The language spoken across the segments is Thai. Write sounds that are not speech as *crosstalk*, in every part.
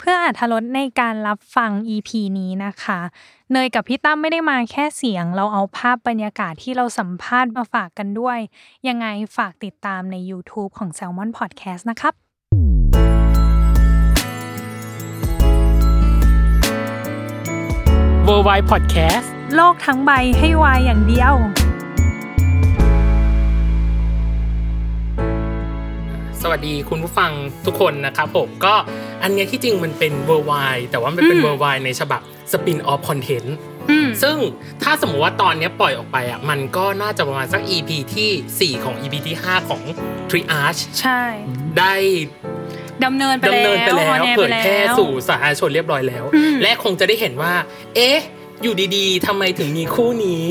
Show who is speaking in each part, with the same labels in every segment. Speaker 1: เพื่ออาธรสในการรับฟัง EP นี้นะคะ เนยกับพี่ตั้มไม่ได้มาแค่เสียง เราเอาภาพบรรยากาศที่เราสัมภาษณ์มาฝากกันด้วย ยังไงฝากติดตามใน YouTube ของ Salmon Podcast นะครับ
Speaker 2: w o r l d w i d e Podcast
Speaker 1: โลกทั้งใบให้วายอย่างเดียว
Speaker 2: สวัสดีคุณผู้ฟังทุกคนนะครับผมก็อันเนี้ยที่จริงมันเป็น w o r l d w i d e แต่ว่ามันเป็น
Speaker 1: อืม
Speaker 2: w o r l d w i d e ในฉบับ Spin Off Content
Speaker 1: อืม
Speaker 2: ซึ่งถ้าสมมติว่าตอนเนี้ยปล่อยออกไปอ่ะมันก็น่าจะประมาณสัก EP ที่ 4 ของ EP ที่ 5 ของ Triage
Speaker 1: ใช่
Speaker 2: ได้
Speaker 1: ดำเนินไปแล้ว
Speaker 2: ดำเนินไป
Speaker 1: อออ
Speaker 2: แล้วน
Speaker 1: ร์
Speaker 2: เผ
Speaker 1: ไป
Speaker 2: ย
Speaker 1: ล้ว
Speaker 2: แพร่สู่สาธารณชนเรียบร้อยแล้ว
Speaker 1: อืม
Speaker 2: และคงจะได้เห็นว่า เอ๊ะ อยู่ดีๆทำไมถึงมีคู่นี้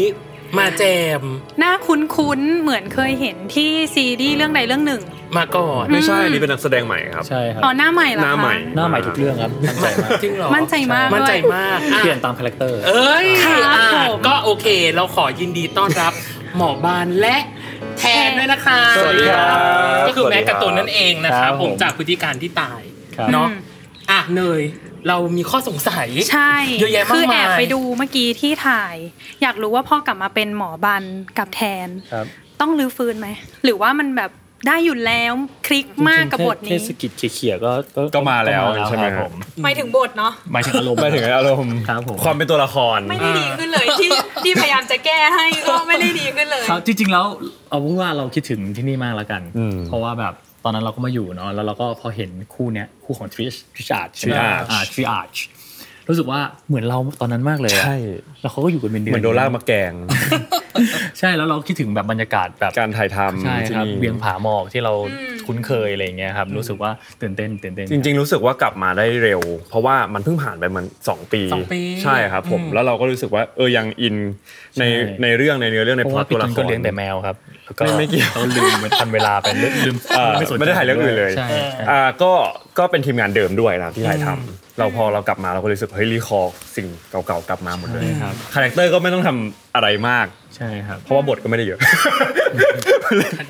Speaker 2: มาแจม
Speaker 1: น่าคุ้นๆ เหมือนเคยเห็นที่ซีรีส์เรื่องใดเรื่องหนึ่ง
Speaker 2: มาก่อน
Speaker 3: ไม่ใช่อันนี่เป็นนักแสดงใหม่ครับ
Speaker 4: ใช่ครับ
Speaker 1: อ๋อหน้าใหม่เหรอ
Speaker 3: หน้า
Speaker 1: คะ
Speaker 3: ใหม่
Speaker 4: หน้าใหม่ทุกเรื่องครับมั่นใจมาก
Speaker 2: จริงเหรอ
Speaker 1: มั่นใจมาก
Speaker 2: มั่นใจ
Speaker 1: ด้วย
Speaker 2: มากอ่ะ
Speaker 4: เปลี่ยนตามคาแรคเตอร์
Speaker 2: เอ้ย
Speaker 1: ครับ
Speaker 2: อ่ะ
Speaker 1: ผม
Speaker 2: ก็โอเค เราขอยินดีต้อนรับ *laughs* หมอบานและแทนด้วยนะคะ
Speaker 4: สวัสดีครับ
Speaker 2: ก็คือแม็กกับตัวนั่นเองนะค
Speaker 4: ครั
Speaker 2: รับบ ผ
Speaker 4: ผม ม
Speaker 2: จากพฤติการที่ตาย
Speaker 4: ครับ
Speaker 2: เนาะ
Speaker 1: อืม
Speaker 2: อ่ะเนย เรามีข้อสงสัย
Speaker 1: ใช่
Speaker 2: เยอะแยะมากมาย
Speaker 1: คือแอบไปดูเมื่อกี้ที่ถ่าย อยากรู้ว่าพอกลับมาเป็นหมอบันกับแทน
Speaker 4: ครับ
Speaker 1: ต้องรื้อฟื้นไหม หรือว่ามันแบบได้อยู่แล้วคลิกมากกับบท
Speaker 4: เท
Speaker 1: นี้
Speaker 4: ศกิจเขี่ยๆก็
Speaker 3: ก็มาแล้วใช่ไหม
Speaker 4: ครับผม
Speaker 1: หมายถึงบทเนาะ
Speaker 4: หมายถึงอารมณ์
Speaker 3: ไปถึงอารมณ์
Speaker 4: ครับผม
Speaker 3: ความเป็นตัวละคร
Speaker 1: ไม่ได้ดีขึ้นเลยที่ที่พยายามจะแก้ให้ก็ไม่ได้ดีขึ้นเลย
Speaker 4: ครับจริงๆแล้วเอาพูดว่าเราคิดถึงที่นี่มากแล้วกัน
Speaker 3: อืม
Speaker 4: เพราะว่าแบบตอนนั้นเราก็มาอยู่เนาะแล้วเราก็พอเห็นคู่เนี้ยคู่ของทริชทริชอาร์ช
Speaker 3: Triage
Speaker 4: อ่าทริอาร์ชรู้สึกว่าเหมือนเราตอนนั้นมากเลยอะ
Speaker 3: ใช่
Speaker 4: แล้วเขาก็อยู่กันเป็นเดือน
Speaker 3: เหมือนโดนลากมาแก
Speaker 4: *laughs*
Speaker 3: ง
Speaker 4: ใช่แล้วเราคิดถึงแบบบรรยากาศแบบ
Speaker 3: การถ่ายท
Speaker 4: ใช่
Speaker 3: ำที่
Speaker 4: ครับ
Speaker 3: นี่
Speaker 4: เวียงผาหมอกที่เราคุ้นเคยอะไรอย่างเงี้ยครับรู้สึกว่าตื่นเต้นตื่นเต้น
Speaker 3: จริง ๆ รู้สึกว่ากลับมาได้เร็ว เพราะว่ามันเพิ่งผ่านไปมันสองปี
Speaker 2: สองปี
Speaker 3: ใช่ครับผม
Speaker 2: อืม
Speaker 3: แล้วเราก็รู้สึกว่าเออยังอินใน
Speaker 4: ใช่
Speaker 3: ในเรื่องในเนื้อเรื่องใน
Speaker 4: เพ
Speaker 3: พ
Speaker 4: ราะ
Speaker 3: ล็อ
Speaker 4: ว่า
Speaker 3: ต
Speaker 4: พี่
Speaker 3: ตัว
Speaker 4: ตุ
Speaker 3: ละ
Speaker 4: น
Speaker 3: ค
Speaker 4: ก็
Speaker 3: ร
Speaker 4: เลี้ยงแต่แมวครับแล้วก็
Speaker 3: ไม่ไม่เกี่ยว
Speaker 4: เราลืมมันทันเวลาไปลืม
Speaker 3: เอ่อ
Speaker 4: สนใจ
Speaker 3: ไม่ได้ถ่ายเรื่องอื่นเลย
Speaker 4: ใช่ใช่
Speaker 3: อ่าก็ก็เป็นทีมงานเดิมด้วยนะที่ถ่ายทำเราพอเรากลับมาเราก็รู้สึกเฮ้ยรีคอร์สิ่งเก่าๆกลับมาหมดเลย
Speaker 4: ใช่ครับ
Speaker 3: คาแรคเตอร์ก็ไม่ต้องทำอะไรมาก
Speaker 4: ใช่ครับ
Speaker 3: เพราะว่าบทก็ไม่ได้เยอะ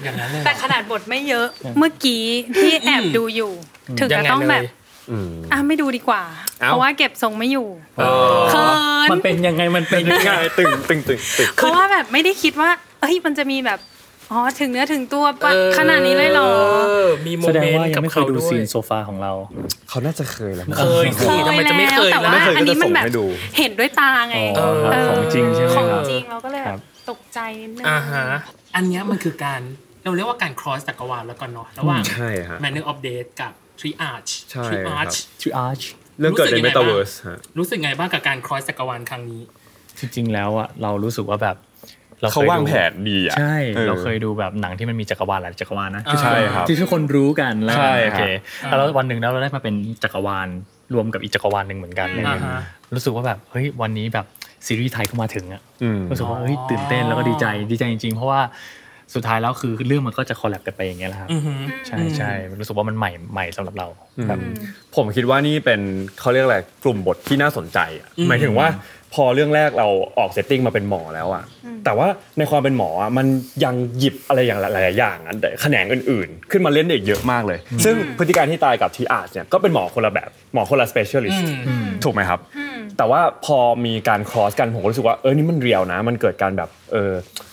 Speaker 2: อย่างนั้นเลยเหร
Speaker 1: แต่
Speaker 2: อ
Speaker 1: ขนาดบทไม่เยอะเมื่อกี้ที่แอบดูอยู่ ถึง
Speaker 2: ยั
Speaker 1: จะ
Speaker 2: งไง
Speaker 1: ต้องแบบ
Speaker 2: เลย
Speaker 3: อืม
Speaker 1: อ่ะไม่ดูดีกว่า
Speaker 3: เอ้า
Speaker 1: เพราะว่าเก็บทรงไม่อยู่
Speaker 3: เออ
Speaker 1: เขิน
Speaker 4: มันเป็นยังไงมันเป็นยังไง
Speaker 3: ง่ายตึงตึงตึงตึง
Speaker 1: เพราะว่าแบบไม่ได้คิดว่า เอ้ย มันจะมีแบบ อ๋อ ถึงเนื้อถึงตัวปะ
Speaker 2: เออ
Speaker 1: ขนาดนี้เลยเหรอ
Speaker 2: มีโม
Speaker 4: แสดง
Speaker 2: เมน
Speaker 4: ว่า
Speaker 2: ต์
Speaker 4: ยั
Speaker 2: กั
Speaker 4: ง
Speaker 2: บ
Speaker 4: ไม่เค
Speaker 2: เขา
Speaker 4: ยดู
Speaker 2: ด้ว
Speaker 4: ซี
Speaker 2: ย
Speaker 4: นโซฟาของเรา
Speaker 3: เขาน่าจะเคยแล้วมั้ง
Speaker 2: เคยสิทำไมจะไม่เคย
Speaker 1: แต่
Speaker 2: ล่ะ
Speaker 1: ว่า
Speaker 3: ไม่เคยก็
Speaker 1: อันนี้มันแบบ
Speaker 3: จะส่งให้ดู
Speaker 1: เห็นด้วยตาไง
Speaker 4: อ๋อครับ
Speaker 1: เออ
Speaker 4: ของจริงใช่ไหม
Speaker 1: ของ
Speaker 4: ครับ
Speaker 1: จริงเราก็เลยแบ
Speaker 4: ครับ บ
Speaker 1: ตกใจนิดนึง
Speaker 2: อ่าฮะอันเนี้ยมันคือการเราเรียกว่าการ cross จักรวาลแล้วกันเนาะระหว่าง
Speaker 3: ใช่ฮะ
Speaker 2: Manner of Date กับ Triage
Speaker 3: ใช่
Speaker 2: Triage
Speaker 4: ทูอาร์ช
Speaker 3: เรื่องเกิดในเมตาเวิร์สฮะ
Speaker 2: รู้สึกไงบ้างกับการ cross จักรวาลครั้งนี้
Speaker 4: จริงๆแล้วอะเรารู้สึกว่าแบบรคย
Speaker 3: เขาวาง
Speaker 4: ดู
Speaker 3: แผนดีอ่ะ
Speaker 4: ใช่
Speaker 3: ออ
Speaker 4: เราเคยดูแบบหนังที่มันมีจักรวาลหลายจักรวาลนะ
Speaker 2: ใช่
Speaker 4: ที่ทุกน
Speaker 3: ครับ
Speaker 4: ที่ทุกคนรู้กันแล้ว
Speaker 3: ใช่
Speaker 4: โอเค
Speaker 2: ครับ
Speaker 4: แล้ววันหนึ่งแล้วเราได้มาเป็นจักรวาลรวมกับอีกจักรวาลหนึ่งเหมือนกันอะไรเลย
Speaker 2: อ่าฮะ
Speaker 4: รู้สึกว่าแบบเฮ้ยวันนี้แบบซีรีส์ไทยเข้ามาถึงอะ
Speaker 3: อืม
Speaker 4: รู้สึกว่าเฮ้ยตื่นเต้นแล้วก็ดีใจดีใจจริงๆ เพราะว่าสุดท้ายแล้วคือเรื่องมันก็จะคอลแลบกันไปอย่างเงี้ยแหละครับใช่ใช่มันรู้สึกว่ามันใหม่ใหม่สำหรับเราแบบ
Speaker 3: ผมคิดว่านี่เป็นเขาเรียกอะไรกลุ่มบทที่น่าสนใจอะหมายถึงว่าพอเรื่องแรกเราออกเซตติ้งมาเป็นหมอแล้วอ่ะแต่ว่าในความเป็นหมออะมันยังหยิบอะไรอย่างหลายๆอย่างอันแต่แขนงอื่นๆ ขึ้นมาเล่นได้อีกเยอะมากเลย ซึ่งพฤติการที่ตายกับทีอาร์เนี่ยก็เป็นหมอคนละแบบหมอคนละสเปเชียลิสต์
Speaker 2: อืม
Speaker 3: ถูกไหมครับ แต่ว่าพอมีการ cross กันผมก็รู้สึกว่าเออนี่มันเรียวนะ มันเกิดการแบบเออ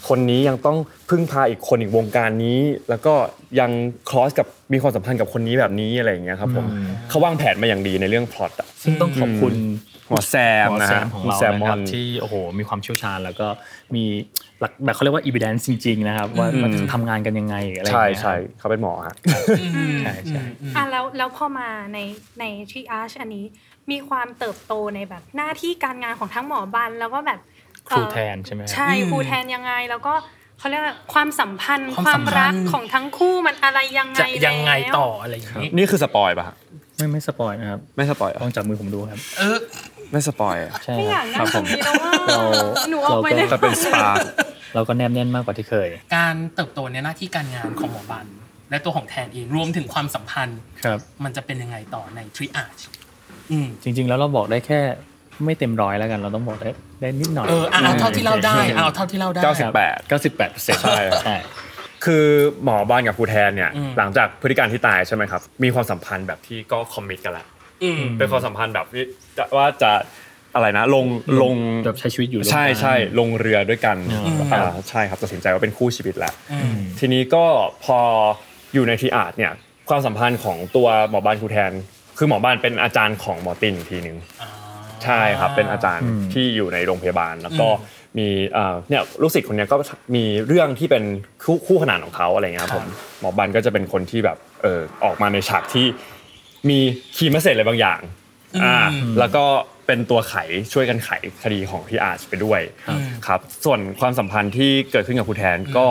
Speaker 3: คนนี้ยังต้องพึ่งพาอีกคนอีกวงการนี้ แล้วก็ยัง cross กับมีความสัมพันธ์กับคนนี้แบบนี้อะไรอย่างเงี้ยครับผมเขาวางแผนมาอย่างดีในเรื่องพล็อตอะ
Speaker 4: ซึ่งต้องขอบคุณ
Speaker 3: หมอแซม
Speaker 4: หมอ
Speaker 3: นะ
Speaker 4: แซ
Speaker 3: ฮะ
Speaker 4: มของ
Speaker 3: หมอ
Speaker 4: เรา
Speaker 3: แซมม
Speaker 4: นะค
Speaker 3: อ
Speaker 4: รั
Speaker 3: น
Speaker 4: บที่โอ้โหมีความเชี่ยวชาญแล้วก็มีหลักแบบเขาเรียกว่า evidence จริงๆนะครับว่ามัน
Speaker 3: อืม
Speaker 4: ทำงานกันยังไงอะไรอย่าง
Speaker 3: ใช่
Speaker 4: เงี้ย
Speaker 3: ใช่เขาเป็นหมอฮะ
Speaker 4: ใช่ใช่
Speaker 5: อ่ะแล้วแล้วพอมาในในทรีอาร์ชอันนี้มีความเติบโตในแบบหน้าที่การงานของทั้งหมอบันแล้วก็แบบ
Speaker 4: ครู
Speaker 5: เอ่อ
Speaker 4: แทนใช่ไหมครับ
Speaker 5: ใช่
Speaker 2: อืม
Speaker 5: ครูแทนยังไงแล้วก็เขาเรียกว่าความสัมพันธ์
Speaker 2: ควา
Speaker 5: ควา
Speaker 2: มสั
Speaker 5: ม
Speaker 2: มพันธ์
Speaker 5: รักของทั้งคู่มันอะไรยังไง
Speaker 2: จะยังไง
Speaker 5: แล้ว
Speaker 2: ต่ออะไรอย่างนี้
Speaker 3: นี่คือสปอยป่ะฮะ
Speaker 4: ไม่ไม่สปอยนะครับ
Speaker 3: ไม่สปอยเหรอ
Speaker 4: ต้องจับมือผมดูครับ
Speaker 2: เออ
Speaker 3: ไม่สปอยอะ
Speaker 4: ใช่
Speaker 5: ไม่อยาก
Speaker 4: ครั
Speaker 5: นั่
Speaker 4: บ
Speaker 5: งตรง
Speaker 4: ผม
Speaker 5: นี้แล้วว่า
Speaker 4: เรา
Speaker 5: หนูออกไปได้
Speaker 4: เราก็
Speaker 3: แต่เป็นสปาร์ค
Speaker 4: เราก็แนบแน่นมากกว่าที่เคย
Speaker 2: การเติบโตในหน้าที่การงานของหมอบัน และตัวของแทนเองรวมถึงความสัมพันธ์
Speaker 4: ครับ
Speaker 2: มันจะเป็นยังไงต่อในทริอาร์ชอืม
Speaker 4: จริง ๆ แล้วเราบอกได้แค่ไม่เต็มร้อยแล้วกัน เราต้องบอกได้ได้นิดหน่อย
Speaker 2: เอออ่ะเอาเท่าที่เล่าได้เอาเท่าที่เล่าได้
Speaker 4: ครั
Speaker 3: 98
Speaker 4: บ98เปอร์เซ็นต์
Speaker 3: ใช่ครับ
Speaker 4: ใช่
Speaker 3: คือหมอบานกับครูแทนเนี่ย
Speaker 2: อืม
Speaker 3: หลังจากพฤติการที่ตายใช่ไหมครับ มีความสัมพันธ์แบบที่ก็คอมมิตกันละ
Speaker 2: อืม
Speaker 3: เป็นความสัมพันธ์แบบที่จะว่าจะอะไรนะลงลง
Speaker 4: แบบใช้ชีวิตอยู่ร่วมกัน
Speaker 3: ใช่ใช่ลงเรือด้วยกัน
Speaker 4: อืม
Speaker 3: อ่าใช่ครับตัดสินใจว่าเป็นคู่ชีวิตแล้ว
Speaker 2: อืม
Speaker 3: ทีนี้ก็พออยู่ในทีอาร์ตเนี่ยความสัมพันธ์ของตัวหมอบ้านครูแทน คือหมอบ้านเป็นอาจารย์ของหมอตินอีกทีหนึ่งใช่ครับเป็นอาจารย์
Speaker 4: อืม
Speaker 3: ที่อยู่ในโรงพยาบาลแล้วก็มีเอ่อเนี่ยลูกศิษย์คนเนี้ยก็มีเรื่องที่เป็นคู่คู่ขนานของเขาอะไรเงี้ยครับผมหมอบ้านก็จะเป็นคนที่แบบเออออกมาในฉากที่มีคีย์เมสเซจอะไรบางอย่างอ่า
Speaker 2: อืม
Speaker 3: แล้วก็เป็นตัวไขช่วยกันไขคดีของทีอาร์ตไปด้วย ครับส่วนความสัมพันธ์ที่เกิดขึ้นกับครูแทนก็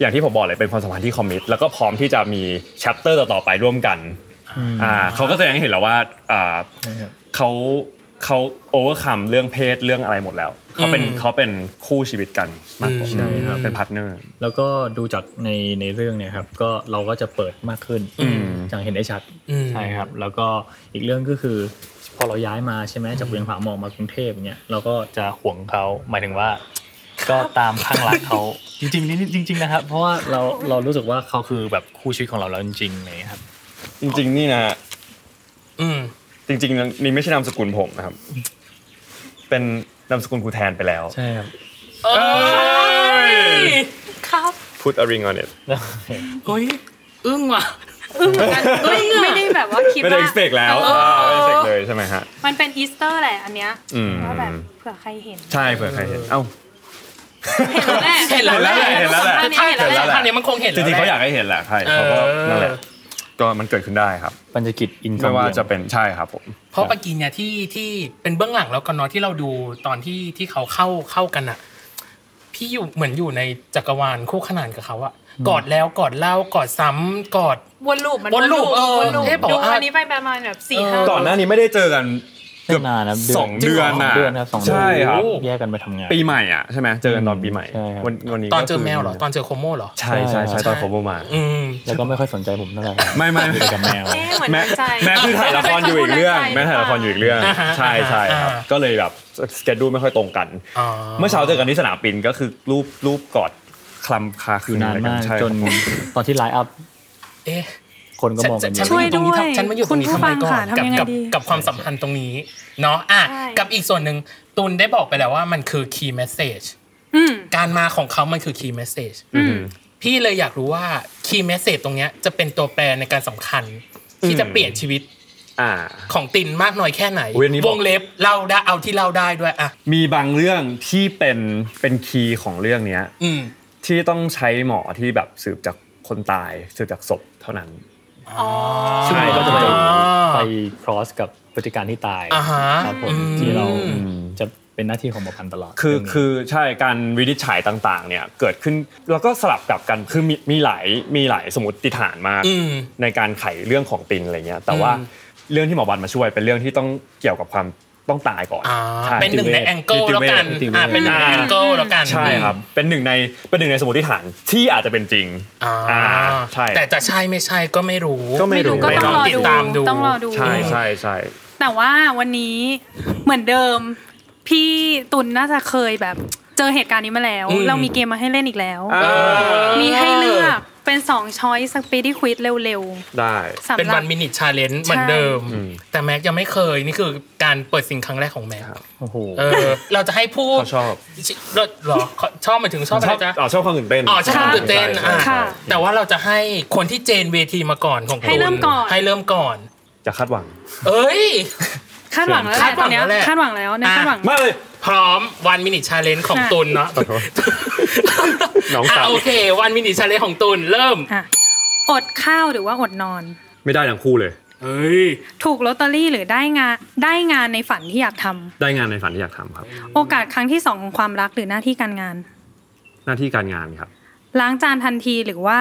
Speaker 3: อย่างที่ผมบอกเลยเป็นความสัมพันธ์ที่คอมมิตแล้วก็พร้อมที่จะมีแชปเตอร์ต่อๆไปร่วมกันอ่าเขาก็แสดงให้เห็นแล้วว่าอ่า
Speaker 4: นะครับ
Speaker 3: เขาเขาโอเวอร์คัมเรื่องเพศเรื่องอะไรหมดแล้วเขาเป็น
Speaker 2: อืม
Speaker 3: เขาเป็นคู่ชีวิตกันมากกว่า
Speaker 2: อืมใช่ครับ
Speaker 3: เป็นพาร์ทเนอร์
Speaker 4: แล้วก็ดูจากในในเรื่องเนี่ยครับก็เราก็จะเปิดมากขึ้น
Speaker 3: อืม
Speaker 4: อย่างเห็นได้ชัด
Speaker 2: อืม
Speaker 4: ใช่ครับ แล้วก็อีกเรื่องก็คือ พอเราย้ายมาใช่ไหมจากเวียงผาหมอกมากรุงเทพเนี่ยเราก็จะห่วงเขาหมายถึงว่า ก็ตามข้างรักเขา *laughs* จริงๆนี่จริง ๆ นะครับ เพราะว่าเราเรารู้สึกว่าเขาคือแบบคู่ชีวิตของเราแล้วจริงๆเลยครับ
Speaker 3: จริงๆนี่นะฮะ
Speaker 2: อืม
Speaker 3: จริงๆนี่ไม่ใช่นามสกุลผมนะครับ เป็นนามสกุลครูแทนไปแล้ว
Speaker 4: ใช่ครับ
Speaker 5: ครับ
Speaker 3: พูดอริงออนเน
Speaker 4: แล้ว
Speaker 2: เฮ้ยอึ้งว่ะ
Speaker 5: อึ้งเหมือนกันอึ้งอะไม่ได้แบบว่าคิด
Speaker 3: ไม่ได้
Speaker 5: ว่า
Speaker 3: expect แล้ว
Speaker 5: เออ
Speaker 3: าไม่ได้ expect เลยใช่ไหมฮะ
Speaker 5: มันเป็นอีสเตอร์แหละอันเนี้ย
Speaker 3: อืม
Speaker 5: ว่าแบบเผื่อใครเห็น
Speaker 3: ใช่เผื่อใครเห็นเอ้า
Speaker 5: เห็นแล้วแหละ
Speaker 2: เห็นแล้วแหละ
Speaker 3: เห็น
Speaker 5: สัมภาษณ์นี้เห็น
Speaker 3: แล้วแหละแล้
Speaker 5: แล้วแห
Speaker 3: ว
Speaker 5: ละ
Speaker 3: แหละ
Speaker 2: ท่านนี้มันคงเห็น
Speaker 3: จริงๆ
Speaker 2: แล้วแหละ
Speaker 3: เขาอยากให้เห็นแหละใช่
Speaker 2: เออ
Speaker 3: เขาก็นั่นแหละก็มันเกิดขึ้นได้ครับ
Speaker 4: ปัญจกิจอินท
Speaker 3: ไม่
Speaker 4: อง
Speaker 3: ว่า
Speaker 4: เวียง
Speaker 3: จะเป็นใช่ครับผม
Speaker 2: เพราะปากีเนี่ยที่ที่เป็นเบื้องหลังแล้วกันเนาะที่เราดูตอนที่ที่เขาเข้าเข้ากันอะพี่อยู่เหมือนอยู่ในจักรวาลคู่ขนานกับเขาอะกอดแล้วกอดเล่ากอดซ้ำกอด
Speaker 5: วนลูปมัน
Speaker 2: วนลูปเออ
Speaker 5: วนลูป
Speaker 2: เอ๊ะบอก
Speaker 5: ดู
Speaker 2: ว่า
Speaker 5: อันนี้ไปประมาณแบบสี่ห้า
Speaker 3: ก่อนหน้านี้ไม่ได้เจอกัน
Speaker 4: ไม่นานนะ
Speaker 3: สองเดือนน่ะ
Speaker 4: เดือนครับสองเดืน
Speaker 3: ใช่ครับ
Speaker 4: แยกกันไปทำงาน
Speaker 3: ปีใหม่อ่ะใช่ไหมเจอกันตอนปีใหม่
Speaker 4: ใช่ครับ
Speaker 3: วันวันนี้
Speaker 2: ตอนเจ
Speaker 3: ก็
Speaker 2: อ
Speaker 3: คื
Speaker 2: แมวเหรอ ตอนเจอโคโม่เหรอ
Speaker 3: ใช่ใช่ใช่ตอนผมเอามา
Speaker 2: อืม
Speaker 4: แล้วก็ไม่ค่อยสนใจผมเท่าไหร่
Speaker 3: ไม่ไม่
Speaker 4: ไปกับแมว
Speaker 5: เอ๊ะเหมือน
Speaker 3: แม่
Speaker 5: น้ำใจ
Speaker 3: แม่คือถ่ายละครอยู่อีกเรื่องแม่ถ่ายละครอยู่อีกเรื่อง
Speaker 2: อ่าฮะ
Speaker 3: ใช่ใช่ครับ
Speaker 2: อ่า
Speaker 3: ก็เลยแบบสเกจดูไม่ค่อยตรงกัน
Speaker 2: อ๋อ
Speaker 3: เมื่อเช้าเจอกันที่สนามบินก็คือรูปรูปกอดคลำคาคื
Speaker 4: คื
Speaker 3: น
Speaker 4: อนานมาก
Speaker 3: ใช่
Speaker 4: จน
Speaker 3: ครับผม
Speaker 4: ตอนที่ไลฟ์อัพ
Speaker 2: เอ๊ะ
Speaker 4: คนก็มองกันเย
Speaker 2: ฉัน
Speaker 4: อะ
Speaker 1: ช่วย
Speaker 2: มาอยู่ตรงนี้
Speaker 1: ด้
Speaker 2: ทำฉันมาอยู่ตรงนี้
Speaker 1: คุณผู้
Speaker 2: ทำไมก่อ
Speaker 1: ฟั
Speaker 2: น
Speaker 1: งค่ะ
Speaker 2: กั
Speaker 1: ทำยังไง
Speaker 2: กั
Speaker 1: ดี
Speaker 2: กับความสัมพันธ์ตรงนี้เนาะอ่ะ
Speaker 5: ใช่
Speaker 2: กับอีกส่วนหนึ่งตุนได้บอกไปแล้วว่ามันคือ key message
Speaker 5: อืม
Speaker 2: การมาของเขามันคือ key message
Speaker 3: อืม
Speaker 2: พี่เลยอยากรู้ว่า key message ตรงเนี้ยจะเป็นตัวแปรในการสำคัญ ที่
Speaker 3: อืม
Speaker 2: จะเปลี่ยนชีวิต
Speaker 3: อ่า
Speaker 2: ของตินมากน้อยแค่ไหน
Speaker 3: อุ๊ยอันนี้บอก
Speaker 2: วงเล็บเล่าได้เอาที่เล่าได้ด้วยอ่ะ
Speaker 3: มีบางเรื่องที่เป็นเป็นคีย์ของเรื่องเนี้ย
Speaker 2: อืม
Speaker 3: ที่ต้องใช้หมอที่แบบสืบจากคนตาย สืบจากศพเท่านั้น
Speaker 4: ใช่ก็จะไป
Speaker 2: อ๋อ
Speaker 4: ไป cross กับพฤติการที่ตาย
Speaker 2: อ่าฮะ
Speaker 4: ครับผม
Speaker 2: อืม
Speaker 4: ที่เราจะเป็นหน้าที่ของหมอพันธุ์ตลอด
Speaker 3: คือ
Speaker 4: เรื่งนี้
Speaker 3: คือใช่การวินิจฉัยต่างๆเนี่ยเกิดขึ้นแล้วก็สลับกลับกันคือมีมีหลายมีหลายสมมติฐานมาก
Speaker 2: อืม
Speaker 3: ในการไขเรื่องของตินอะไรเงี้ยแต่ว่า
Speaker 2: อืม
Speaker 3: เรื่องที่หมอบันมาช่วยเป็นเรื่องที่ต้องเกี่ยวกับความต้องตายก่อน
Speaker 2: อ่า
Speaker 3: ใช่
Speaker 2: เป็นหนึ่งในแองเกิล
Speaker 3: นิติ
Speaker 2: แล้ว
Speaker 3: เวช
Speaker 2: กัน
Speaker 3: นิติเวช
Speaker 2: อ่าเป็นหนึ่งในแองเกิลแล้วกัน
Speaker 3: ใช่ครับเป็นหนึ่งในเป็นหนึ่งในสมมติฐานที่อาจจะเป็นจริง
Speaker 2: อ่า
Speaker 3: อ่าใช่
Speaker 2: แต่จะใช่ไม่ใช่ก็ไม่รู้
Speaker 3: ก็ไม่
Speaker 5: ไม่รู้ก็
Speaker 2: ไม่
Speaker 5: ต้อ
Speaker 2: รู้
Speaker 5: งรอ
Speaker 2: ติ
Speaker 5: ดู
Speaker 2: ดตามดู
Speaker 5: ต้องรอดู
Speaker 3: ใช่ใช่ใช่
Speaker 1: แต่ว่าวันนี้เหมือนเดิม พี่ตุลน่าจะเคยแบบเจอเหตุการณ์นี้มาแล้ว
Speaker 2: อืม
Speaker 1: เรามีเกมมาให้เล่นอีกแล้ว
Speaker 3: อ่า
Speaker 1: มีให้เลือกเป็น เป็นสองช้อยสปีด y ี้ควิดเร็ว
Speaker 3: ได้
Speaker 1: ๆสำ
Speaker 2: เป็น
Speaker 1: หรั
Speaker 2: วั
Speaker 1: บ
Speaker 2: นมินิชาเลนจ์เหมือนเดิม
Speaker 3: อืม
Speaker 2: แต่แม็กยังไม่เคยนี่คือการเปิดสิ่งครั้งแรกของแม็ก
Speaker 4: โอ้โห
Speaker 2: เออเราจะให้ผู้
Speaker 3: เขาชอบ
Speaker 2: ชิเหรอเขาชอบหมายถึงชอบอะ
Speaker 3: ช
Speaker 2: ไร
Speaker 3: อบ
Speaker 2: จ๊ะ
Speaker 3: อ๋อชอบความตื่นเต้น
Speaker 2: อ๋อชอบความตื่นเต้น
Speaker 3: ใช่
Speaker 2: อ่า
Speaker 3: ใช่
Speaker 1: ค่ะ
Speaker 2: แต่ว่าเราจะให้คนที่เจนเวทีมาก่อนของ
Speaker 1: ให้เริ่มก่อน
Speaker 2: ให้เริ่มก่อน
Speaker 3: จะคาดหวัง
Speaker 2: เอ้ย
Speaker 1: คาดหวังแล้วแห
Speaker 2: คา
Speaker 1: ละตอง น
Speaker 2: ดหวั
Speaker 1: เนี้ย
Speaker 2: แล้วแหละ
Speaker 1: คาดหวังแล้วเนี่ย
Speaker 2: อ่ะ
Speaker 1: คาดหวัง
Speaker 3: มาเลย
Speaker 2: พร้อมวันมินิชาเลนจ์ของ
Speaker 1: อ่ะ
Speaker 2: ตุลเนาะ
Speaker 3: น้องสาว
Speaker 2: ะโอเควันมินิชาเลนจ์ของตุลเริ่ม
Speaker 1: อ่ะอดข้าวหรือว่าอดนอน
Speaker 3: ไม่ได้ทั้งคู่เลย
Speaker 2: เอ้ย
Speaker 1: ถูกลอตเตอรี่หรือได้งานได้งานในฝันที่อยากทำ
Speaker 3: ได้งานในฝันที่อยากทำครับ
Speaker 1: โอกาสครั้งที่สองของความรักหรือหน้าที่การงาน
Speaker 3: หน้าที่การงานครับ
Speaker 1: ล้างจานทันทีหรือว่า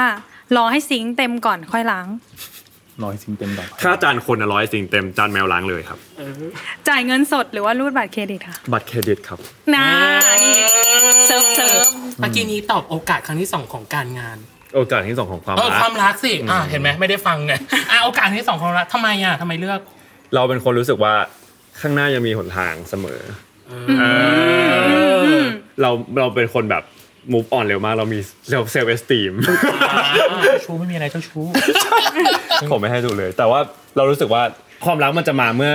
Speaker 1: รอให้ซิงค์เต็มก่อนค่อยล้าง
Speaker 4: น้อยซิงเต็มดอก
Speaker 3: ค่าจานคนร้อยสิ่งเต็มจานแมวล้างเลยครับ
Speaker 1: จ่ายเงินสดหรือว่ารูดบัตรเครดิตค่ะ
Speaker 3: บัตรเครดิตครับ
Speaker 1: นะนี่เซิร์ฟเซิร์ฟ
Speaker 2: เมื่อกี้นี้ตอบโอกาสครั้งที่สองของการงาน
Speaker 3: โอกาสที่สองของความ
Speaker 2: เออ
Speaker 3: รั
Speaker 2: ความ
Speaker 3: ก
Speaker 2: รักสิอ่ะเห็นไหมไม่ได้ฟังไง *laughs* อ่ะโอกาสครั้งที่สองของรักทำไมอ่ะทำไมเลือก
Speaker 3: เราเป็นคนรู้สึกว่าข้างหน้ายังมีหนทางเสมอเอออเราเราเป็นคนแบบ move on เร็วมาก เรามีเราเซลฟ์เอสตี
Speaker 2: *laughs*
Speaker 3: ม
Speaker 4: เจ้าชู้ไม่มีอะไรเจ้าชู้
Speaker 3: ผมไม่ให้ดูเลย แต่ว่าเรารู้สึกว่าความรักมันจะมาเมื่อ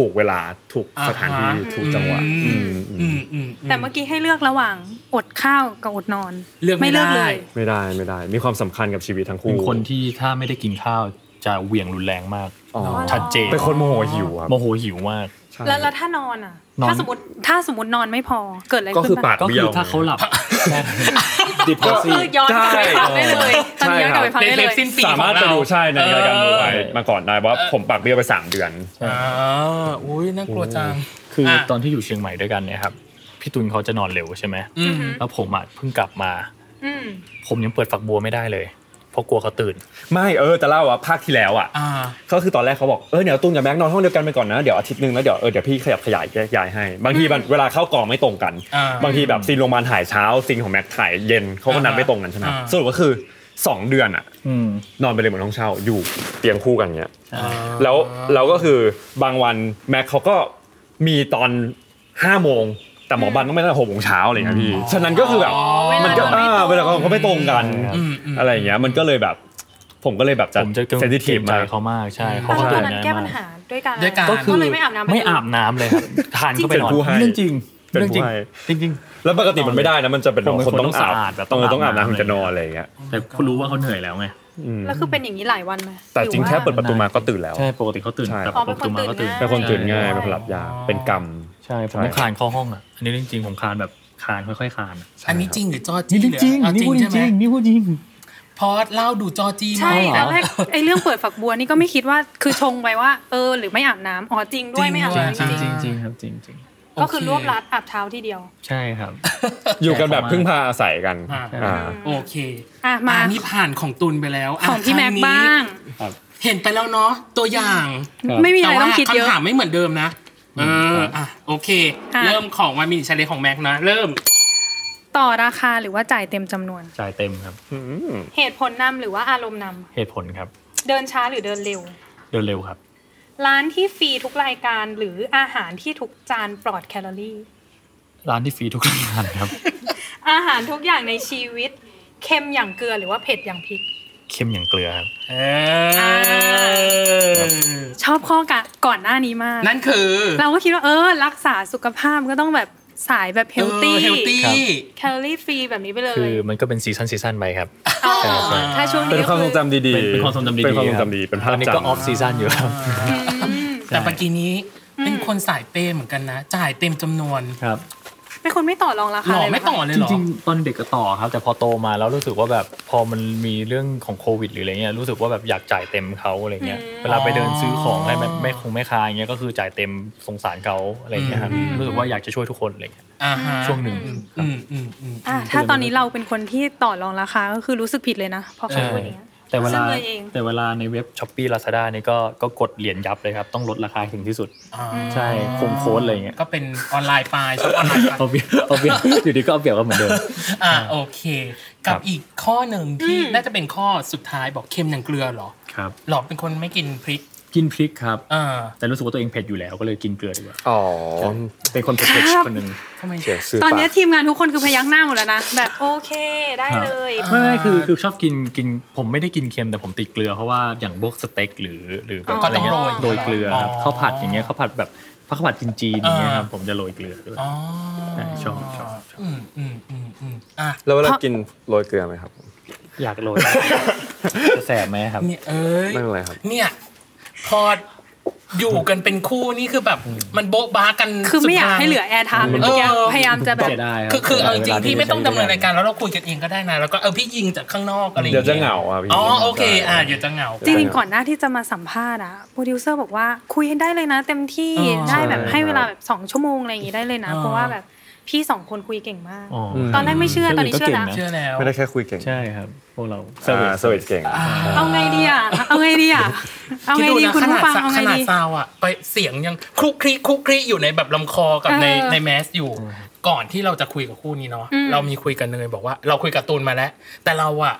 Speaker 3: ถูกเวลาถูกสถานที่ถูกจังหวะ
Speaker 2: อืม
Speaker 3: อืม
Speaker 2: อืมอืมอืม
Speaker 1: แต่เมื่อกี้ให้เลือกระหว่างอดข้าวกับอดนอน
Speaker 2: เลือกไม่
Speaker 1: เลือก
Speaker 2: ได้
Speaker 1: เลย
Speaker 3: ไม่ได้ไม่ได้ มีความสำคัญกับชีวิตทั้งคู่
Speaker 4: เป็นคนที่ถ้าไม่ได้กินข้าวจะเหวี่ยงรุนแรงมาก
Speaker 3: อ๋อ
Speaker 4: ชัดเจน
Speaker 3: เป็นคนโมโหหิวครับ
Speaker 4: โมโหหิวมาก
Speaker 3: ใช่
Speaker 1: แล้วแล้วถ้านอนอ่ะ
Speaker 4: นอน
Speaker 1: ถ้าสมมติถ้าสมมตินอนไม่พอเกิดอะไร
Speaker 3: ก็
Speaker 1: ขึ้น
Speaker 3: คือ
Speaker 1: บ้าง
Speaker 3: ปาก
Speaker 4: ก็
Speaker 3: เบี้
Speaker 4: คื
Speaker 3: ย
Speaker 4: อ
Speaker 3: ว
Speaker 4: ถ้าเขาหลับ
Speaker 3: ดิบ
Speaker 1: ก็
Speaker 3: ก็
Speaker 1: คือย้อนกลับไปฟังได้เลยตอนนี้ย้อนกลับไปฟัง
Speaker 2: ใน
Speaker 1: ได้
Speaker 2: เท
Speaker 1: เล
Speaker 2: ป
Speaker 1: ย
Speaker 2: สิ้นปีข
Speaker 3: สา
Speaker 2: อง
Speaker 3: มารถไป
Speaker 2: เรา
Speaker 3: ดูใช่ในรายการดูไว้
Speaker 4: เออ
Speaker 3: มาก่อนได้ว่าผมปากเบี้ยวไป 3 เดือน
Speaker 2: อ่าอุ้ยน่ากลัวจัง
Speaker 4: คืออะ ตอนที่อยู่เชียงใหม่ด้วยกันเนี่ยครับพี่ตุลเขาจะนอนเร็วใช่ไหม
Speaker 2: อืม
Speaker 4: แล้วผมอ่ะเพิ่งกลับมา
Speaker 1: อืม
Speaker 4: ผมยังเปิดฝักบัวไม่ได้เลยเพราะกลัวเขาตื่น
Speaker 3: ไม่เออแต่เล่าว่าภาคที่แล้วอ่ะ
Speaker 2: อ่า
Speaker 3: ก็คือตอนแรกเขาบอกเออเดี๋ยวตุนกับแม็กนอนห้องเดียวกันไปก่อนนะเดี๋ยวอาทิตย์หนึงแล้วเดี๋ยวเออเดี๋ยวพี่ขยับขยายแยกย้ายให้บางทีมันเวลาเข้ากองไม่ตรงกัน
Speaker 2: อ่า
Speaker 3: บางทีแบบซีนโรงพยาบาลถ่ายเช้าซีนของแม็กถ่ายเย็นเขาก็นัดไม่ตรงกันใช่ไหม
Speaker 2: อ่า
Speaker 3: สรุปก็คือสองเดือนอ่ะ
Speaker 4: อืม
Speaker 3: นอนไปเลยเหมือนห้องเช่าอยู่เตียงคู่กันเงี้ย
Speaker 2: อ่า
Speaker 3: แล้วเราก็คือบางวันแม็กเขาก็มีตอนห้าโมงแต่หมอบันต้องไปตั้งแต่หกโมงเช้าอะไรอย่างเงี้ยพี่ฉะนั้นก็คือแบบ
Speaker 2: อ๋อ
Speaker 3: มันก็
Speaker 1: เวลาเราไม่ตรง
Speaker 3: อ่าเวลาเขาไม่ตรงกัน
Speaker 2: อืมอืม
Speaker 3: อะไรอย่างเงี้ยมันก็เลยแบบ ผมก็เลยแบบจะ
Speaker 4: ผมจะเกรง
Speaker 3: เซนซิ
Speaker 4: เก
Speaker 3: ที
Speaker 4: ร
Speaker 3: ฟ
Speaker 4: งใจ
Speaker 3: มาก
Speaker 4: เขามากใช่
Speaker 1: แต่
Speaker 4: เขา
Speaker 1: ว่าต
Speaker 4: ก็ตื่
Speaker 1: อน นนั้น
Speaker 4: ง่าย
Speaker 1: แก้ปัญ
Speaker 4: มาก
Speaker 1: หาด้วยการ
Speaker 2: ด้วยการ
Speaker 4: ก็คือ
Speaker 1: ก็เลยไม่อาบน้ำป
Speaker 4: ไม่อาบ
Speaker 1: ด้วย
Speaker 4: น้ำเลยครับทานก็ไปนอน
Speaker 3: จริงๆเป็นผู้ให้
Speaker 4: เรื่องจริง
Speaker 3: เป็น
Speaker 4: เรื่
Speaker 3: ผู้
Speaker 4: องจริง
Speaker 3: ให้
Speaker 4: จริง
Speaker 3: แล้วปกติมันไม่ได้นะมันจะเป็น
Speaker 4: ผมเป็น
Speaker 3: คนต้อง
Speaker 4: คน
Speaker 3: อาบ
Speaker 4: สะอาดแบบ
Speaker 3: ต้อง
Speaker 4: ต้อง
Speaker 3: ต้องอาบ
Speaker 4: อาบ
Speaker 3: น้ำ
Speaker 4: น้ำ
Speaker 3: ถึงจะนอนอะไรอย่างเงี้ย
Speaker 4: ๆแต่คุณรู้ว่าเขาเหนื่อยแล้วไง
Speaker 3: อืม
Speaker 1: แล้วคือเป็นอย่างนี้หลายวันไหม
Speaker 3: แต่จริง
Speaker 1: หอว่า
Speaker 3: แค่เปิดประตูมาก็ตื่นแล้ว
Speaker 4: ใช่ปกติเขาตื่น
Speaker 3: ใช่
Speaker 4: แต่
Speaker 1: อ๋อ
Speaker 4: ป
Speaker 1: เป็น
Speaker 4: ก
Speaker 1: คน
Speaker 4: ติมา
Speaker 1: ตื่น
Speaker 4: ก็ตื่น
Speaker 1: ง่าย
Speaker 3: เป็นค
Speaker 1: ใช่
Speaker 3: นตื่นง่ายเป็นคนหลับยากเป็นกรรม
Speaker 4: ใช่ผม
Speaker 3: ใช่
Speaker 4: ต้องคลานเข้าห้องอ่ะอันนี้เรื่องจริงผมคลานแบบคลานค่อยๆคลานอะ
Speaker 2: อันนี้จริงหรือจอจี้หอเอาจริงใช่ไหม
Speaker 4: นี่พูดจริง
Speaker 2: พอดเล่าดูจอจี้
Speaker 1: ใช่
Speaker 2: มาก
Speaker 1: ตอน
Speaker 2: เหรอ
Speaker 1: แรกไอ้เรื่องเปิดฝักบัวนี่ก็ไม่คิดว่าคือชงไปว่า เออ หรือไม่อาบน้ำอ๋อจริงด้วย
Speaker 2: จริง
Speaker 1: ไม่อาบน้ำจริง
Speaker 4: จริงจริงครับจริงจริง
Speaker 1: ๆก็คือรวบรัดอาบเท้าทีเดียว
Speaker 4: ใช่ครับ
Speaker 3: อยู่กันแบบพึ่งพาอาศัยกัน
Speaker 2: อ่า
Speaker 3: อ่า
Speaker 2: โอเค
Speaker 1: อ่ะมา
Speaker 2: อันนี้ผ่านของตุลไปแล้วะ
Speaker 1: ของพี่แม็ก
Speaker 2: ครั้
Speaker 1: บ้าง
Speaker 2: เห็นไปแล้วเนาะตัวอย่าง
Speaker 1: ไม่มีอะไรต้องคิดเยอะ
Speaker 2: คำถามไม่เหมือนเดิมนะเอออ่ะโอเค
Speaker 1: อ่ะ
Speaker 2: เริ่มของวันมินิชาเลนจ์ของแม็กนะ เริ่ม
Speaker 1: ต่อราคาหรือว่าจ่ายเต็มจำนวน
Speaker 4: จ่ายเต็มครับ
Speaker 1: เหตุผลนำหรือว่าอารมณ์นำ
Speaker 4: เหตุผลครับ
Speaker 1: เดินช้าหรือเดินเร็ว
Speaker 4: เร็วๆครับ
Speaker 1: ร้านที่ฟรีทุกรายการหรืออาหารที่ทุกจานปลอดแคลอรี่
Speaker 4: ร้านที่ฟรีทุกงานครับ
Speaker 1: อาหารทุกอย่างในชีวิตเค็มอย่างเกลือหรือว่าเผ็ดอย่างพริก
Speaker 4: เค็มอย่างเกลือครับ
Speaker 2: เอ
Speaker 1: อ่
Speaker 2: อ
Speaker 1: ชอบข้อกะก่อนหน้านี้มาก
Speaker 2: นั่นคือ
Speaker 1: เราก็คิดว่าเออ รักษาสุขภาพก็ต้องแบบสายแบบเฮลตี้
Speaker 2: เฮลตี้
Speaker 4: ครับ
Speaker 1: แคลอรี่ฟรีแบบนี้ไปเลย
Speaker 4: คือมันก็เป็นซีซันซีซันไปครับ
Speaker 1: เอา
Speaker 4: ใช่ใช่
Speaker 1: ถ้าช่วง
Speaker 3: เป็น
Speaker 1: นี้
Speaker 3: ความทรงจำดีๆ
Speaker 4: เป็นความทรงจำดีๆ
Speaker 3: เป็นความทรงจำดี
Speaker 4: ครับ
Speaker 3: เป็นภาพ
Speaker 4: ตอนนี้
Speaker 3: จำ
Speaker 4: ก็ออฟซีซันอยู่ครับ
Speaker 2: แต่ปกีนี้เป็นคนสายเปย์เหมือนกันนะ จ่ายเต็มจำนวน
Speaker 4: ครับ
Speaker 1: เป็นคนไม่ต่อรองรา
Speaker 2: ห
Speaker 1: คา
Speaker 2: ล่อ
Speaker 1: เลย
Speaker 2: ไม่
Speaker 1: นะคะ
Speaker 2: ต่อเลย
Speaker 4: จ
Speaker 2: เหรอ
Speaker 4: ริงๆ ตอนเด็กก็ต่อครับ แต่พอโตมาแล้วรู้สึกว่าแบบพอมันมีเรื่องของโควิดหรืออะไรเงี้ยรู้สึกว่าแบบอยากจ่ายเต็มเขาอะไรเงี้ยเวลาไปเดินซื้อของให้แม่แม่คงแม่ค้าอย่างเงี้ยก็คือจ่ายเต็มสงสารเขาอะไรเงี้ยครับ
Speaker 2: อืม
Speaker 4: รู้สึกว่าอยากจะช่วยทุกคนอะไรเงี้ย
Speaker 2: อ่าฮะ
Speaker 4: ช่วงหนึ่งครับ
Speaker 2: อืมอืมอืม
Speaker 1: อ่ะถ้าตอนนี้เราเป็นคนที่ต่อรองราคาก็คือรู้สึกผิดเลยนะพอเขา
Speaker 4: ใช่
Speaker 1: พูดอย่างเงี้ย
Speaker 4: แต่เวลา
Speaker 1: ซึ่งเลยเอง
Speaker 4: แต่เวลาในเว็บช้อปปี้ลาซาด้านี่ก็ก็กดเหรียญยับเลยครับ ต้องลดราคาถึงที่สุด
Speaker 2: อ่า
Speaker 4: ใช่โคงโค้ดอะไรเงี้ย
Speaker 2: ก็เป็นออนไลน์ไปชอบออนไลน์ไป
Speaker 4: เอาเปรียบเอาเปรียบอยู่ดีก็เอาเปรียบกันเหมือนเดิม
Speaker 2: อ่าโอเค กับ
Speaker 4: ครับ
Speaker 2: อีกข้อหนึ่งที่น่าจะเป็นข้อสุดท้ายบอกเค็มอย่างเกลือเหรอ
Speaker 4: ครับ
Speaker 2: หลอกเป็นคนไม่กินพริก
Speaker 4: กินพริกครับ
Speaker 2: อ่า
Speaker 4: แต่รู้สึกว่าตัวเองเผ็ดอยู่แล้วก็เลยกินเกลือดีกว่า
Speaker 3: อ๋อ
Speaker 4: เป็นคนเผ็ด
Speaker 1: ครับ
Speaker 4: คนหนึ่ง
Speaker 2: ทำไม
Speaker 3: เสียซื้อ
Speaker 1: ตอน
Speaker 3: ปาก
Speaker 1: เนี้ยทีมงานทุกคนคือพยักหน้าหมดแล้วนะ แบบโอเคได้
Speaker 4: ครับ
Speaker 1: เลย
Speaker 2: อ่า
Speaker 4: ไม่ไม่คือคือชอบกินกินผมไม่ได้กินเค็มแต่ผมติดเกลือเพราะว่าอย่างพวกสเต็กหรือหรือแบบ
Speaker 1: อ๋ออ
Speaker 4: อะไรเงี้ย
Speaker 2: ก็ต้องโรย
Speaker 4: โรยเกลือครับ
Speaker 2: อ๋อ
Speaker 4: ข้าวผัดอย่างเงี้ยข้าวผัดแบบข้าวผัดจีนๆอย่างเงี้ยครับ
Speaker 2: อ่า
Speaker 4: ผมจะโรยเกลือด้วย
Speaker 2: อ๋อ
Speaker 4: ใช่ชอบชอบ
Speaker 2: อืมอืมอืมอืมอ่ะ
Speaker 3: แล้วเวลากินโรยเกลือไหมครับ
Speaker 4: อยากโรย *laughs* จะแสบไหมครับ
Speaker 2: เนี่ยเอ้ย
Speaker 3: ไม่เป็นไรครับ
Speaker 2: เนี่ยพออยู่กันเป็นคู่นี่คือแบบมันโบ๊ะบ้ากัน
Speaker 1: คือไม่อยาก
Speaker 2: สุดทง
Speaker 1: ให้เหลือแอร์ไทม์เลยเมื่อกี้
Speaker 2: เออ
Speaker 1: พยายามจะแบบ
Speaker 4: เสียดายครับ
Speaker 2: คือคือเอาจริง
Speaker 4: เวลา
Speaker 2: ๆ
Speaker 4: ที่
Speaker 2: พี่ไม่ต้อง
Speaker 4: ใช้
Speaker 2: ดำเนิน
Speaker 4: ด้วยกัน
Speaker 2: รายการแล้วเราคุยกันเองก็ได้นะ แล้วก็เออพี่ยิงจากข้างนอกอะไรอย่าง
Speaker 3: เดี๋ยว
Speaker 2: เงี้ย
Speaker 3: จะเหงาอ่ะพี่
Speaker 2: อ๋อโอเคอ่ะเดี๋ยวจะเหงา
Speaker 1: จริงๆก่อนหน้าที่จะมาสัมภาษณ์อะโปรดิวเซอร์บอกว่าคุยกันได้เลยนะ เต็มที่
Speaker 2: อ๋อ
Speaker 1: ได้แบบ
Speaker 3: ใช่
Speaker 1: ให้เวลาแบบสองชั่วโมงอะไรอย่างงี้ได้เลยนะ
Speaker 2: อ๋อ
Speaker 1: เพราะว่าแบบพี่สองคนคุยเก่งมาก
Speaker 4: อ๋อ
Speaker 1: ตอนแรกไม่เชื่อตอนนี้เชื่อแล้ว
Speaker 4: ก็ก่งนะ
Speaker 2: เชื่อแล้ว
Speaker 3: ไม่ได้แค่คุยเก่ง
Speaker 4: ใช่ครับพวกเรา
Speaker 3: เซอร์วิสเซอร์วิสเก่ง
Speaker 1: เอาไงดีอะเอาไงดีอะเอา
Speaker 2: คิด
Speaker 1: ไง
Speaker 2: ดู
Speaker 1: ดี
Speaker 2: นะ
Speaker 1: คุณ
Speaker 2: ขนา
Speaker 1: ผู้
Speaker 2: ด
Speaker 1: ฟัง
Speaker 2: ซะ
Speaker 1: เอา
Speaker 2: ข
Speaker 1: ไง
Speaker 2: นาด
Speaker 1: ดี
Speaker 2: ซาวอะไปเสียงยังคลุกคลิกคลุกคลิกอยู่ในแบบลำคอกับใน
Speaker 1: เออ
Speaker 2: ในแมสอยู่ ก่อนที่เราจะคุยกับคู่นี้เนาะ
Speaker 1: อืม
Speaker 2: เรามีคุยกับเนยบอกว่าเราคุยกับตูนมาแล้ว แต่เราอะ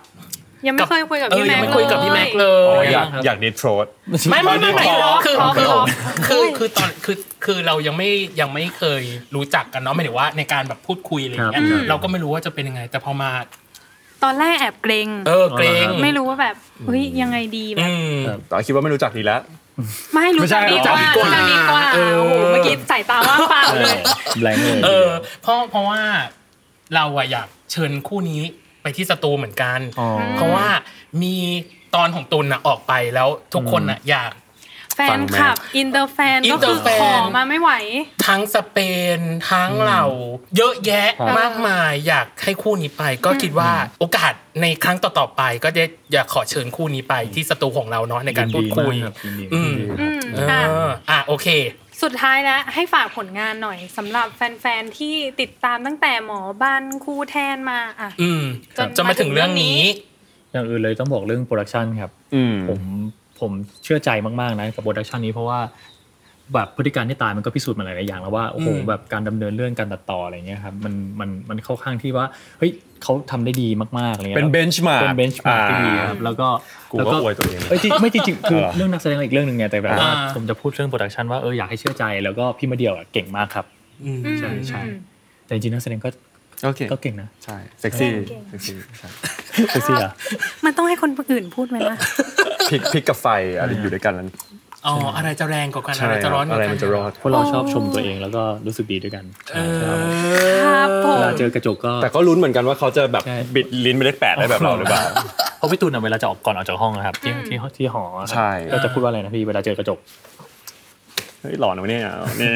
Speaker 1: ยังไม่เคยคุยกับ
Speaker 2: เอ
Speaker 1: พี่
Speaker 2: อ
Speaker 1: แม็
Speaker 2: ยัง
Speaker 1: ก
Speaker 2: ไม่
Speaker 1: ซ์
Speaker 2: คุยกับพี่แม็กซ์เล
Speaker 3: อ๋อย อยากอยากดิสโทรด
Speaker 2: ไม่ไม่ไม่ไม่คือ
Speaker 1: ขอ
Speaker 2: คือ
Speaker 1: ขอ
Speaker 2: คือคือตอนคือคือเรายังไม่ยังไม่เคยรู้จักกันเนาะหมายถึงว่าในการแบบพูดคุยอะไรอย่างเงี้ย
Speaker 4: ครับ
Speaker 2: เราก็ไม่รู้ว่าจะเป็นยังไง แต่พอมา
Speaker 1: ตอนแรกแอบเกรง
Speaker 2: เออเกรง
Speaker 1: ไม่รู้ว่าแบบเฮ้ยยังไงดีแบ
Speaker 2: อื
Speaker 1: บ
Speaker 2: ม
Speaker 3: แต่ว่าคิดว่าไม่รู้จักดีแล้ว
Speaker 1: ไม่รู้จักดีกว่า
Speaker 2: ไม่ใช่
Speaker 1: รู้จักดีกว่า
Speaker 2: เออ
Speaker 1: โอ้โหเมื่อกี้สายตาว่างเปล่าเลย
Speaker 4: แบงค์เลย
Speaker 2: เออเพราะเพราะว่าเราอะอยากเชิญคู่นี้ไปที่สตูเหมือนกัน
Speaker 4: อ๋อ
Speaker 2: เพราะว่ามีตอนของตุลน่ะออกไปแล้วทุกคนน่ะอยาก
Speaker 1: แฟนคลับอินเตอร์แฟนก็คือ
Speaker 2: Interfan
Speaker 1: ขอมาไม่ไหว
Speaker 2: ทั้งสเปนทั้งเราเยอะแยะ
Speaker 4: ครับ
Speaker 2: มากมายอยากให้คู่นี้ไป ก็คิดว่าโอกาสในครั้งต่อๆไป ก็จะอยากขอเชิญคู่นี้ไปที่สตูของเราเนาะในการพูดคุย
Speaker 4: นมากรับนดี
Speaker 2: อืม
Speaker 4: ยิน
Speaker 1: อืม
Speaker 2: เอ
Speaker 4: ดี
Speaker 1: ค่ะ
Speaker 2: ออ่ะโอเค
Speaker 1: สุดท้ายแล้วให้ฝากผลงานหน่อยสำหรับแฟนๆ ที่ติดตามตั้งแต่หมอบ้านคู่แทนมาอ่ะ
Speaker 2: อืม
Speaker 1: จน
Speaker 2: จนมาถึงเรื่องนี้
Speaker 4: อย่างอื่นเลยต้องบอกเรื่องโปรดักชันครับ
Speaker 3: อืม
Speaker 4: ผมผมเชื่อใจมากๆนะกับโปรดักชันนี้เพราะว่าแบบพฤติการที่ตายมันก็พิสูจน์มาหลายๆอย่างแล้วว่าโอ้โห
Speaker 2: อืม
Speaker 4: แบบการดำเนินเรื่องการตัดต่ออะไรเงี้ยครับมันมันมันเข้าข้างที่ว่าเฮ้ยเขาทำได้ดีมากๆอะไรเงี้ย
Speaker 3: เป็น benchmark
Speaker 4: เป็นเบนชมาร์กที่ดีครับแล้วก็
Speaker 3: กูก็อวยตัวเองนะ
Speaker 4: เอ้ยจริงไม่จริงๆคือ
Speaker 3: เออ
Speaker 4: เรื่องนักแสดงอีกเรื่องหนึ่งไงแต่แบบว่า
Speaker 2: อ่า
Speaker 4: ผมจะพูดเรื่องโปรดักชันว่าเอออยากให้เชื่อใจแล้วก็พี่มาเดียวอะเก่งมากครับ
Speaker 2: อืม
Speaker 4: ใช่ใช่
Speaker 1: อืม
Speaker 4: แต่จริงๆนักแสดงก็
Speaker 3: โอเค
Speaker 4: ก็เก่งนะ
Speaker 3: ใช่ เซ็กซี่
Speaker 1: เก่ง
Speaker 3: เซ็กซี่ใช่
Speaker 4: เซ็กซี่เหรอ
Speaker 1: มันต้องให้คนอื่นพูดไหมล่ะ
Speaker 3: พริกพริกกับไฟอะไรอยู่ด้วยกันนั้น
Speaker 2: อ๋ออะไรจะแรงกว่ากัน
Speaker 3: ใช่
Speaker 2: อะไรจะร้อนก
Speaker 3: อะไร
Speaker 2: ว่ากั
Speaker 3: มัน นจะรอด
Speaker 4: พวกเราชอบชมตัวเองแล้วก็รู้สึกดีด้วยกัน
Speaker 2: เอ
Speaker 4: ครับ
Speaker 2: อ
Speaker 1: ครับผม
Speaker 4: เวลาเจอกระจกก็
Speaker 3: แต่ก็ลุ้นเหมือนกันว่าเขาจะแบบ
Speaker 4: ใช่
Speaker 3: บิดลิ้นไปเลขแปดได้แบบเราหรือเปล่า
Speaker 4: เพราะพี่ตูนอะเวลาจะออกก่อนออกจากห้องนะครับที่
Speaker 1: อืม
Speaker 4: ที่ที่หอครับ
Speaker 3: ใช่
Speaker 4: ก็จะพูดว่าอะไรนะพี่เวลาเจอกระจก
Speaker 3: เฮ้ยหล่อนะ *laughs* เนี่ยนี่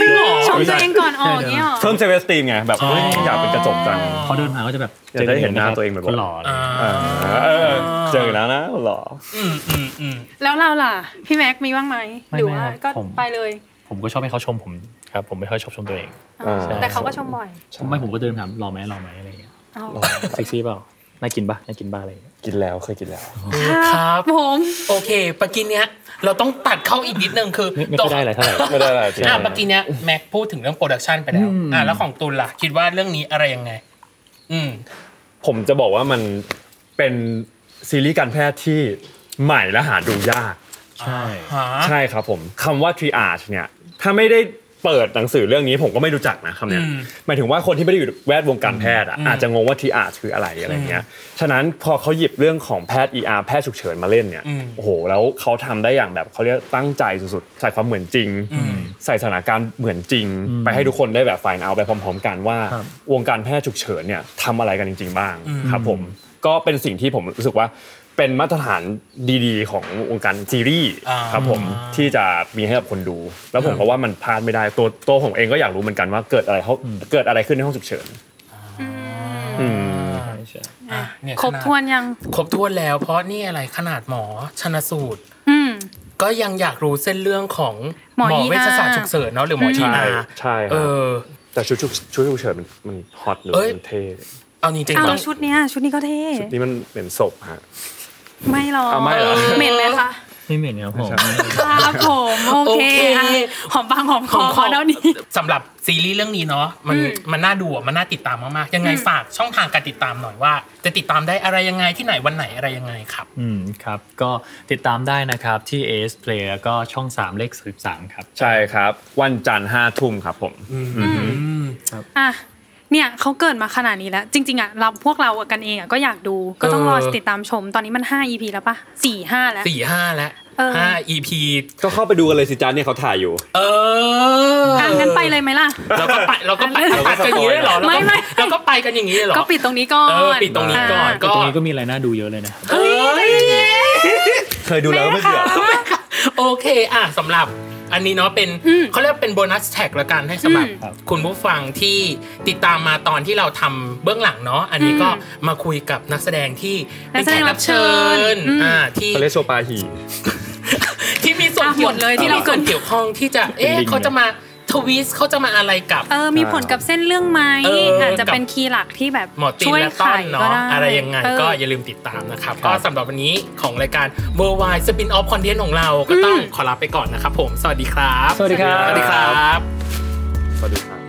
Speaker 2: จริงเหรอ
Speaker 1: ชมตัวเองก่อนออก
Speaker 4: ใช่
Speaker 1: เงี้ยหรอ
Speaker 3: เพิ่มเซเวสตีมไงแบบเฮ้ยอยากเป็นกระจกจัง
Speaker 2: อ๋อ
Speaker 4: เขาเดินมาก็จะแบบ
Speaker 3: อยากได้เห็นหน้าตัวเองบ่อยๆ
Speaker 4: คนหล่ออะไร
Speaker 2: อ่า
Speaker 4: เงี้ย
Speaker 3: เออเออเจอแล้วนะหล่อ
Speaker 2: อืมอืมอืม
Speaker 1: แล้วเราล่ะ พี่แม็กมีบ้างไหมหรือว่าก็ไปเลย
Speaker 4: ผมก็ชอบให้เขาชมผมครับผมไม่ค่อยชอบชมตัวเอง
Speaker 3: ไม่ไม่ครับ
Speaker 1: แต่เขาก็ชมบ่อย
Speaker 4: ไม่ผมก็เดินถามหล่อไหมหล่อไหมอะไรเงี้ย
Speaker 1: เอา
Speaker 4: เซ็กซี่เปล่าน่ากินปะน่ากินบ้าอะไรเงี้ย
Speaker 3: กินแล้วเคยกินแล้ว
Speaker 2: ครับ
Speaker 1: ผม
Speaker 2: โอเคปากกินเนี้ยเราต้องตัดเข้าอีกนิดนึงคือ
Speaker 4: ไม่ไม่ค่อยได้อะไรเท่าไหร่
Speaker 3: ไม่ได้อะไรจริง
Speaker 2: อ่ะเมื่อกี้เนี้ยแม็กพูดถึงเรื่องโปรดักชันไปแล้ว
Speaker 4: อืม
Speaker 2: อ่ะแล้วของตุลล่ะ คิดว่าเรื่องนี้อะไรยังไง อืม
Speaker 3: ผมจะบอกว่ามันเป็นซีรีส์การแพทย์ที่ใหม่และหาดูยาก
Speaker 4: ใช่
Speaker 2: หา
Speaker 3: ใช่ครับผมคำว่า triage เนี่ยถ้าไม่ได้เปิดหนังสือเรื่องนี้ผมก็ไม่รู้จักนะคำเนี้ย
Speaker 2: อืม
Speaker 3: หมายถึงว่าคนที่ไม่ได้อยู่แวดวงการแพทย์อะ
Speaker 2: อืม
Speaker 3: อาจจะงงว่า triage คืออะไรอะไรเงี้ยฉะนั้นพอเขาหยิบเรื่องของแพทย์ ER แพทย์ฉุกเฉินมาเล่นเนี่ย
Speaker 2: อืม
Speaker 3: โอ้โหแล้วเขาทำได้อย่างแบบเขาเรียกตั้งใจสุดๆใส่ความเหมือนจริง
Speaker 2: อืม
Speaker 3: ใส่สถานการณ์เหมือนจริง ไปให้ทุกคนได้แบบ find out ไปพร้อม ๆ กันว่า
Speaker 4: ครับ
Speaker 3: วงการแพทย์ฉุกเฉินเนี่ยทำอะไรกันจริง ๆ บ้างครับผมก็เป็นสิ่งที่ผมรู้สึกว่าเป็นมาตรฐานดีๆ ของวงการซีรีส์
Speaker 2: อ่า
Speaker 3: ครับผมที่จะมีให้กับคนดู แล้วผมก็ว่ามันพลาดไม่ได้ตัวตัวผมเองก็อยากรู้เหมือนกันว่าเกิดอะไรเขาเกิดอะไรขึ้นในห้องฉุกเฉินอืม
Speaker 4: ใช่ใช่
Speaker 2: อ่ะเนี่ย
Speaker 1: ครบ
Speaker 2: ขนาด
Speaker 1: ทวนยัง
Speaker 2: ครบถ้วนแล้ว เพราะนี่อะไรขนาดหมอชนสูตร
Speaker 1: อืม
Speaker 2: ก็ยังอยากรู้เส้นเรื่องของ
Speaker 1: หมอ ER
Speaker 2: เวชศาสตร์ฉุกเฉินเนาะหรือหมอที
Speaker 3: ใช่
Speaker 2: อา
Speaker 3: ใช่ครับ
Speaker 2: เออ
Speaker 3: แต่ชุดฉุกชุดฉุกเฉินมันมันฮอตเลย
Speaker 2: เอ้ย
Speaker 3: มันเท่
Speaker 2: เอาจริง
Speaker 1: เอา
Speaker 2: ๆต้
Speaker 1: แล้
Speaker 2: อ
Speaker 1: ว
Speaker 2: ง
Speaker 1: ชุดเนี้ยชุดนี้ก็เท่
Speaker 3: ชุดนี้มันเหม็นศพฮะ
Speaker 1: ไม่หรอก
Speaker 3: เอาไม่เหรอ
Speaker 1: เหม็นไหมคะ
Speaker 4: ไม่เหม็นครับผม
Speaker 1: ครับผมโอเคอ่ะ
Speaker 2: โอเค
Speaker 1: หอมบางหอมคอขอเท่านี้
Speaker 2: สำหรับซีรีส์เรื่องนี้เนาะมัน
Speaker 5: อืม
Speaker 2: มันน่าดูอะมันน่าติดตามมากๆยังไง
Speaker 5: อืม
Speaker 2: ฝากช่องทางการติดตามหน่อยว่า จะติดตามได้อะไรยังไงที่ไหนวันไหนอะไรยังไงครับ
Speaker 4: อืมครับ ก็ติดตามได้นะครับที่ AS Play แล้วก็ช่อง 3 เลข33ครับ
Speaker 3: ใช่ครับ วันจันทร์ห้าทุ่มครับผม
Speaker 1: อ่ะเนี่ยเขาเกิดมาขนาดนี้แล้ว จริง ๆอ่ะเราพวกเรากันเองอ่ะก็อยากดูก็ต้องรอ
Speaker 2: เออ
Speaker 1: ติดตามชมตอนนี้มัน 5 EP แล้วปะ4 5 แล้ว
Speaker 2: สี่ห้าแล้ว
Speaker 1: เออ
Speaker 2: ห้า EP
Speaker 6: ก็เข้าไปดูกันเลยสิจานเนี่ยเขาถ่ายอยู่
Speaker 2: เออ
Speaker 1: อ่ะงั้นไปเลยไหมล่ะ
Speaker 2: เราก็ไปเราก็ไปเราก็ไปกันอย่างนี้เลยเหรอ
Speaker 1: ไม่ไม่
Speaker 2: เราก็ไปกันอย่างนี้เลยเหรอ
Speaker 1: ก็ปิดตรงนี้ก่อน
Speaker 2: เออปิดตรงนี้ก่อน
Speaker 1: ะ
Speaker 2: ก็
Speaker 4: ตรงนี้ก็มีอะไรน่าดูเยอะเลยนะครับ
Speaker 2: เอ้ย
Speaker 6: เคยดูแล้วไม่เบื่อ
Speaker 2: โอเคอ่ะสำหรับอันนี้เนาะเป็นเขาเรียกเป็นโบนัสแท็กละกันให้สำหรับคุณผู้ฟังที่ติดตามมาตอนที่เราทำเบื้องหลังเนาะอันนี้ก็มาคุยกับนักแสดงที่เป็นแขกรับเชิญอ่าที่ *laughs*
Speaker 3: เขาเรียกโชปาหี
Speaker 2: ที่มีส่วน
Speaker 1: อ่ะหมดเลยที่
Speaker 2: ที่
Speaker 1: เรา
Speaker 2: เราเกิดเกี่ยวข้องที่จะเอ๊ะ
Speaker 3: เป็นลิงก์
Speaker 2: เขาจะมาทวิสต์เขาจะมาอะไรกับ
Speaker 1: เออมีผลกับเส้นเรื่องไหม
Speaker 2: เอออ
Speaker 1: อาจจะเป็นคีย์หลักที่แบบ
Speaker 2: หมอตี
Speaker 1: ช่
Speaker 2: น
Speaker 1: วย
Speaker 2: และ
Speaker 1: ไข
Speaker 2: ต้อนเนาะ
Speaker 1: ก็ได้
Speaker 2: อะไรยังไง
Speaker 1: เ
Speaker 2: ก็อย่าลืมติดตามนะครับ ก็สำหรับวันนี้ของรายการ Worldwide Spin Off Content ของเราก็ต้องขอลาไปก่อนนะครับผม สวัสดีครับ
Speaker 4: สวัสดีครับ
Speaker 2: สวัสดีครับ
Speaker 3: สวัสดีครับ